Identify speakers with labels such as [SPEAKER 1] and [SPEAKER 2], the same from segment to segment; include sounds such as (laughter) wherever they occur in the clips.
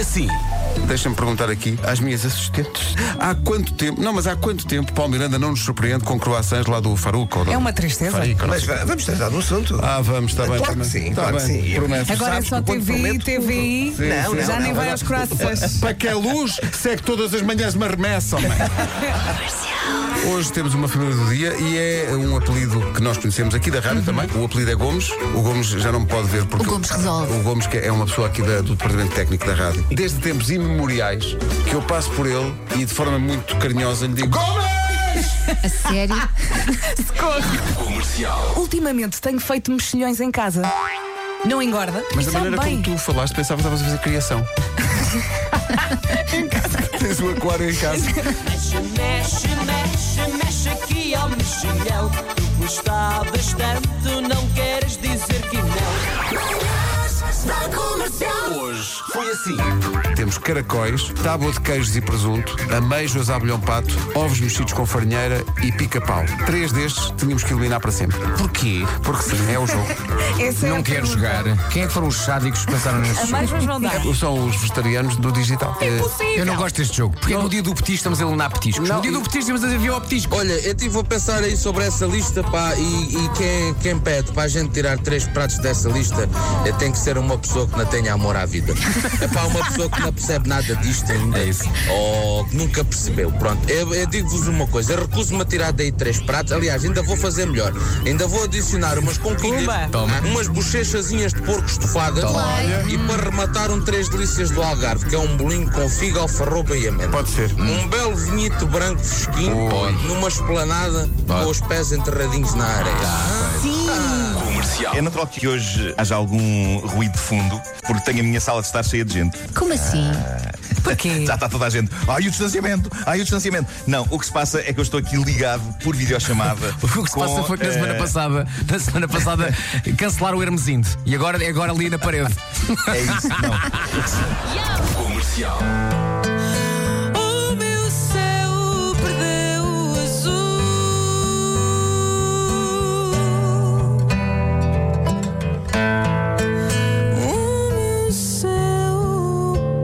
[SPEAKER 1] assim.
[SPEAKER 2] Deixa-me perguntar aqui às minhas assistentes. Há quanto tempo, não, mas há quanto tempo Paulo Miranda não nos surpreende com croissants lá do Faruco? ou do
[SPEAKER 3] um-
[SPEAKER 4] É uma tristeza.
[SPEAKER 2] Farico, não
[SPEAKER 3] Mas
[SPEAKER 2] sei.
[SPEAKER 3] va- vamos tratar do assunto.
[SPEAKER 2] Ah, vamos, está bem.
[SPEAKER 3] Claro
[SPEAKER 2] está
[SPEAKER 3] que
[SPEAKER 2] bem.
[SPEAKER 3] sim,
[SPEAKER 2] Está
[SPEAKER 3] claro que
[SPEAKER 2] bem,
[SPEAKER 3] sim.
[SPEAKER 2] prometo.
[SPEAKER 4] Agora é
[SPEAKER 3] sabes
[SPEAKER 4] só
[SPEAKER 3] que o ponto
[SPEAKER 4] TVI,
[SPEAKER 3] promete tudo.
[SPEAKER 4] TVI.
[SPEAKER 3] Sim,
[SPEAKER 4] já
[SPEAKER 3] sim. Não,
[SPEAKER 4] nem
[SPEAKER 3] não,
[SPEAKER 2] é
[SPEAKER 4] vai
[SPEAKER 3] não.
[SPEAKER 4] aos croissants.
[SPEAKER 2] (laughs) Para que a luz segue todas as manhãs de uma remessa, homem. Hoje temos uma família do dia e é um apelido que nós conhecemos aqui da rádio também. O apelido é Gomes. O Gomes já não me pode ver porque.
[SPEAKER 5] Uhum. O Gomes resolve.
[SPEAKER 2] O Gomes que é uma pessoa aqui da- do Departamento Técnico da rádio. Desde tempos imemoriais que eu passo por ele e de forma muito carinhosa lhe digo: Gomes!
[SPEAKER 5] A sério?
[SPEAKER 4] Ultimamente tenho feito mexilhões em casa. Não engorda?
[SPEAKER 2] Mas
[SPEAKER 4] e
[SPEAKER 2] da
[SPEAKER 5] é
[SPEAKER 4] sabe
[SPEAKER 2] maneira
[SPEAKER 4] bem.
[SPEAKER 2] como tu falaste, pensava que estavas a
[SPEAKER 5] (laughs)
[SPEAKER 2] fazer criação. (laughs) Tens o aquário em casa.
[SPEAKER 6] Mexe, mexe, mexe, mexe aqui ao mexilhão. Tu gostavas tanto, não queres dizer que não.
[SPEAKER 1] Hoje foi assim.
[SPEAKER 2] Temos caracóis, tábua de queijos e presunto, ameijos à abelhão pato, ovos mexidos com farinheira e pica-pau. Três destes tínhamos que eliminar para sempre.
[SPEAKER 7] Porquê?
[SPEAKER 2] Porque sim, é o
[SPEAKER 4] (laughs)
[SPEAKER 2] jogo.
[SPEAKER 4] Essa é a
[SPEAKER 7] Não quero
[SPEAKER 4] pergunta.
[SPEAKER 7] jogar. Quem é que foram os sádicos que pensaram neste
[SPEAKER 4] A
[SPEAKER 7] jogo?
[SPEAKER 4] mais mas não dá.
[SPEAKER 2] (laughs) São os vegetarianos do digital. Eh,
[SPEAKER 7] Eu não gosto deste jogo. Porque no dia do petisco estamos a eliminar petiscos.
[SPEAKER 2] Não,
[SPEAKER 7] No dia
[SPEAKER 2] e-
[SPEAKER 7] do petisco estamos a enviar petisco.
[SPEAKER 8] Olha, eu tive a pensar aí sobre essa lista, pá, e, e quem, quem pede para a gente tirar três pratos dessa lista eh, tem que ser uma pessoa que não tenha amor à (laughs) vida. É pá, uma pessoa que não percebe nada disto ainda. É isso. Ou que nunca percebeu. Pronto, eu, eu digo-vos uma coisa, eu recuso-me a tirar daí três pratos. Aliás, ainda vou fazer melhor. Ainda vou adicionar umas conquilhas,
[SPEAKER 4] Pumba.
[SPEAKER 7] Toma.
[SPEAKER 8] umas bochechazinhas de porco estofadas e para rematar um três delícias do Algarve, que é um bolinho com figo, alfarroba e amêndoa.
[SPEAKER 2] Pode ser.
[SPEAKER 8] Um belo vinhito branco fresquinho numa esplanada com os pés enterradinhos na areia.
[SPEAKER 7] Ah,
[SPEAKER 9] É natural que hoje haja algum ruído de fundo, porque tenho a minha sala de estar cheia de gente.
[SPEAKER 5] Como assim?
[SPEAKER 4] Ah,
[SPEAKER 9] (laughs)
[SPEAKER 7] É.
[SPEAKER 4] Porquê?
[SPEAKER 9] Já está toda a gente. Ai, o distanciamento! Ai, o distanciamento! Não, o que se passa é que eu estou aqui ligado por videochamada.
[SPEAKER 7] (laughs)
[SPEAKER 9] eh,
[SPEAKER 7] O que se passa foi que na semana passada, na semana (laughs) passada cancelaram o Hermesindo. E agora, é agora ali na parede.
[SPEAKER 9] É isso, não.
[SPEAKER 6] O meu céu perdeu o azul. O meu céu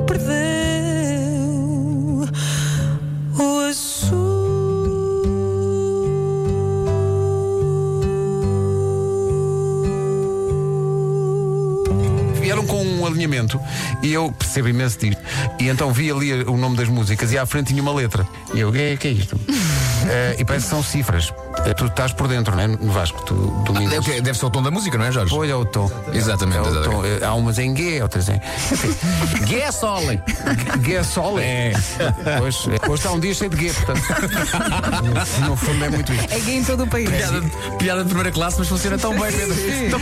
[SPEAKER 6] perdeu o azul.
[SPEAKER 2] Vieram com um alinhamento e eu percebo imenso disto. E então vi ali o nome das músicas e à frente tinha uma letra. E eu, o que é, que é
[SPEAKER 7] (laughs)
[SPEAKER 2] isto? Eh, e parece que são cifras. Eh, Tu estás por dentro, não é? No Vasco, tu dominas.
[SPEAKER 7] É o quê? Deve ser o tom da música, não é, Jorge?
[SPEAKER 2] Olha o tom.
[SPEAKER 7] Exatamente,
[SPEAKER 2] É o
[SPEAKER 7] exatamente.
[SPEAKER 2] tom. Eh, Há umas em G, outras em. é
[SPEAKER 7] Guess Sole.
[SPEAKER 2] Gasol.
[SPEAKER 7] É.
[SPEAKER 2] Hoje, hoje está um dia cheio de guê,
[SPEAKER 7] (laughs)
[SPEAKER 2] portanto. No fundo é muito isto.
[SPEAKER 4] É gay em todo o país.
[SPEAKER 7] (laughs) Piada, piada de primeira classe, mas funciona tão bem. Pedro.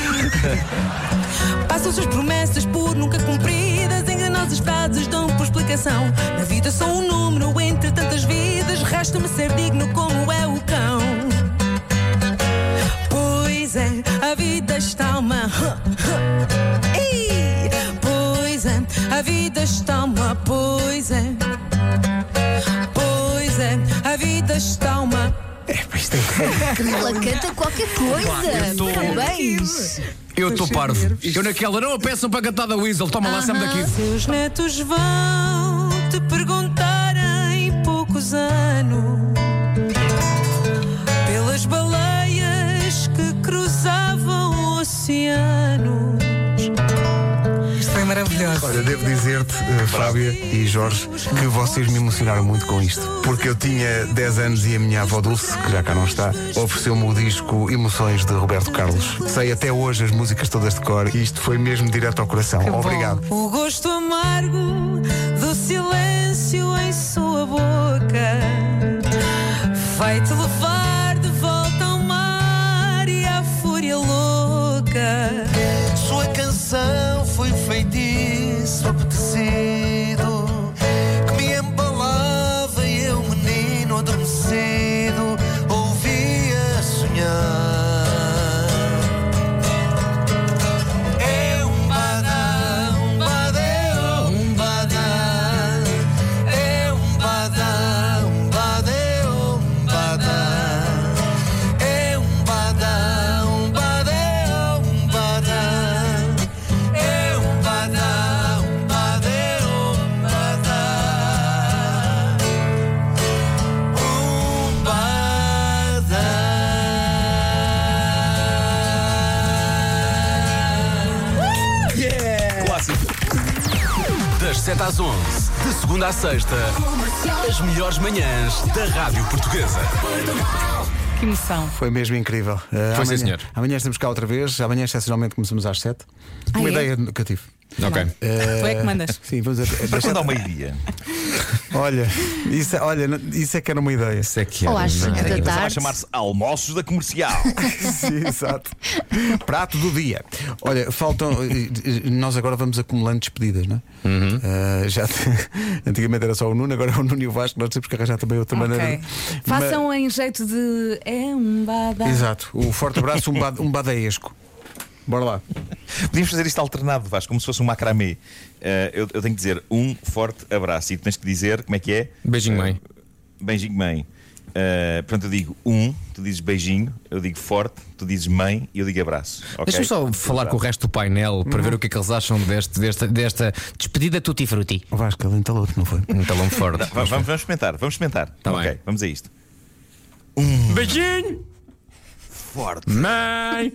[SPEAKER 6] Passam suas promessas por nunca cumpridas, enganosas frases dão por explicação. Na vida sou um número entre tantas vidas, resta-me ser digno como é o cão. Pois é, a vida está uma. Ih! Pois é, a vida está uma. Pois é. Pois é, a vida está uma.
[SPEAKER 5] Ela canta qualquer coisa. Parabéns.
[SPEAKER 7] Eu estou parvo. Eu naquela, não, peçam para cantar da Weasel. Toma lá, Sam daqui.
[SPEAKER 6] Teus netos vão te perguntar em poucos anos pelas baleias que cruzavam oceanos.
[SPEAKER 4] Isto foi maravilhoso.
[SPEAKER 2] Olha, devo dizer-te, eh, Fábia e Jorge, que vocês me emocionaram muito com isto. Porque eu tinha 10 anos e a minha avó Dulce, que já cá não está, ofereceu-me o disco Emoções de Roberto Carlos. Sei até hoje as músicas todas de cor e isto foi mesmo direto ao coração. Obrigado.
[SPEAKER 6] O gosto amargo do silêncio em sua boca vai-te levar de volta ao mar e à fúria louca.
[SPEAKER 10] Sua canção foi um feitiço apetecido que me embalava e eu, menino adormecido, ouvia sonhar. É um badá, um badé, um badá. É um badá, um badé, um badá. É um badá, um badé, um badá. É um badá, um badé, um
[SPEAKER 1] 7 às 11, de segunda à sexta, as melhores manhãs da Rádio Portuguesa.
[SPEAKER 4] Que emoção.
[SPEAKER 2] Foi mesmo incrível. Uh,
[SPEAKER 7] Foi, sim,
[SPEAKER 2] amanhã,
[SPEAKER 7] senhor.
[SPEAKER 2] Amanhã estamos cá outra vez. Amanhã, excepcionalmente, começamos às 7.
[SPEAKER 4] Ah,
[SPEAKER 2] uma
[SPEAKER 4] é?
[SPEAKER 2] ideia que eu tive.
[SPEAKER 7] Ok.
[SPEAKER 2] Eh,
[SPEAKER 4] Tu é que mandas.
[SPEAKER 2] Sim, vamos a,
[SPEAKER 9] Para quando ao meio-dia?
[SPEAKER 7] (laughs)
[SPEAKER 2] Olha, isso, olha, não- isso é que era uma ideia.
[SPEAKER 7] Isso é que
[SPEAKER 5] Ou
[SPEAKER 7] era,
[SPEAKER 5] às 5
[SPEAKER 7] não é?
[SPEAKER 5] da
[SPEAKER 9] Vai
[SPEAKER 5] tarde.
[SPEAKER 9] chamar-se Almoços da
[SPEAKER 7] (laughs)
[SPEAKER 9] Comercial.
[SPEAKER 2] Sim, (laughs) exato. Prato do dia. Olha, faltam. eh, eh, Nós agora vamos acumulando despedidas, não é?
[SPEAKER 9] Uhum.
[SPEAKER 2] Eh, já, (laughs) antigamente era só o Nuno, agora é o Nuno e o Vasco. Nós temos que arranjar também outra maneira.
[SPEAKER 4] Ok.
[SPEAKER 2] de-
[SPEAKER 4] Façam em jeito de. É um badá.
[SPEAKER 2] Mas- Exato. O forte abraço, um, bad, um badaesco. Bora lá.
[SPEAKER 9] Podíamos fazer isto alternado, Vasco, como se fosse um macramê. Eh, eu, eu tenho que dizer um forte abraço e tu tens que dizer como é que é?
[SPEAKER 7] Beijinho, mãe.
[SPEAKER 9] Beijinho, mãe. Eh, portanto, eu digo um, tu dizes beijinho, eu digo forte, tu dizes mãe e eu digo abraço. ok?
[SPEAKER 7] Deixa-me só falar com o resto do painel para ver o que é que eles acham deste, desta, desta despedida tutti frutti.
[SPEAKER 2] O Vasco, ele entalou não foi?
[SPEAKER 7] Um talão forte.
[SPEAKER 9] Va- Vamos, vamos experimentar, vamos experimentar.
[SPEAKER 7] Tá
[SPEAKER 9] ok,
[SPEAKER 7] bem.
[SPEAKER 9] vamos a isto.
[SPEAKER 7] Beijinho!
[SPEAKER 9] Forte
[SPEAKER 7] Mãe!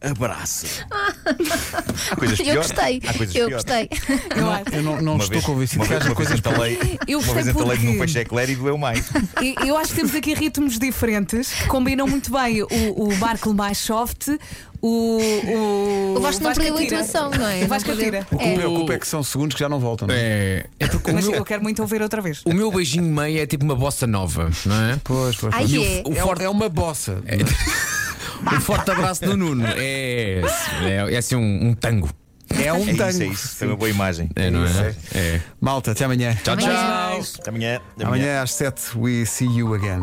[SPEAKER 9] abraço. Há coisas
[SPEAKER 5] Eu
[SPEAKER 9] piores.
[SPEAKER 5] gostei,
[SPEAKER 9] Há coisas
[SPEAKER 5] eu
[SPEAKER 9] piores.
[SPEAKER 5] gostei.
[SPEAKER 4] Eu acho.
[SPEAKER 2] Eu não, não
[SPEAKER 9] Uma
[SPEAKER 2] estou
[SPEAKER 9] vez-
[SPEAKER 2] convencido
[SPEAKER 9] Uma
[SPEAKER 2] que
[SPEAKER 9] vez,
[SPEAKER 2] haja
[SPEAKER 9] uma vez
[SPEAKER 2] coisas piores.
[SPEAKER 9] entalei,
[SPEAKER 4] Eu
[SPEAKER 9] uma vez
[SPEAKER 4] gostei
[SPEAKER 9] entalei
[SPEAKER 4] porque-
[SPEAKER 9] num peixe eclair e doeu mais. É
[SPEAKER 4] E- Eu acho que temos aqui ritmos diferentes que combinam muito bem o, o Barco mais soft, o. O,
[SPEAKER 5] O Vasco não perdeu a
[SPEAKER 4] atira.
[SPEAKER 5] intuação, não é?
[SPEAKER 4] O Vasco
[SPEAKER 5] Não perdeu.
[SPEAKER 4] atira.
[SPEAKER 2] O
[SPEAKER 5] É.
[SPEAKER 2] meu culpa é que são segundos que já não voltam. não é?
[SPEAKER 7] É, é porque o
[SPEAKER 4] Mas
[SPEAKER 7] meu,
[SPEAKER 4] eu quero muito ouvir outra vez.
[SPEAKER 7] o meu beijinho mãe é tipo uma bossa nova, não é?
[SPEAKER 2] Pois, pois,
[SPEAKER 5] Ai,
[SPEAKER 2] pois.
[SPEAKER 5] é.
[SPEAKER 7] O
[SPEAKER 2] É-
[SPEAKER 7] forte-
[SPEAKER 2] é uma bossa.
[SPEAKER 7] Um forte abraço do Nuno. É, é, é assim um, um tango.
[SPEAKER 2] É um
[SPEAKER 9] É
[SPEAKER 2] tango.
[SPEAKER 9] isso, é isso. Foi uma boa imagem.
[SPEAKER 7] É, não é?
[SPEAKER 2] Isso
[SPEAKER 7] É.
[SPEAKER 2] Malta, até amanhã.
[SPEAKER 7] Tchau,
[SPEAKER 9] Até
[SPEAKER 7] tchau.
[SPEAKER 9] amanhã. Até amanhã.
[SPEAKER 2] Amanhã às 7 we see you again.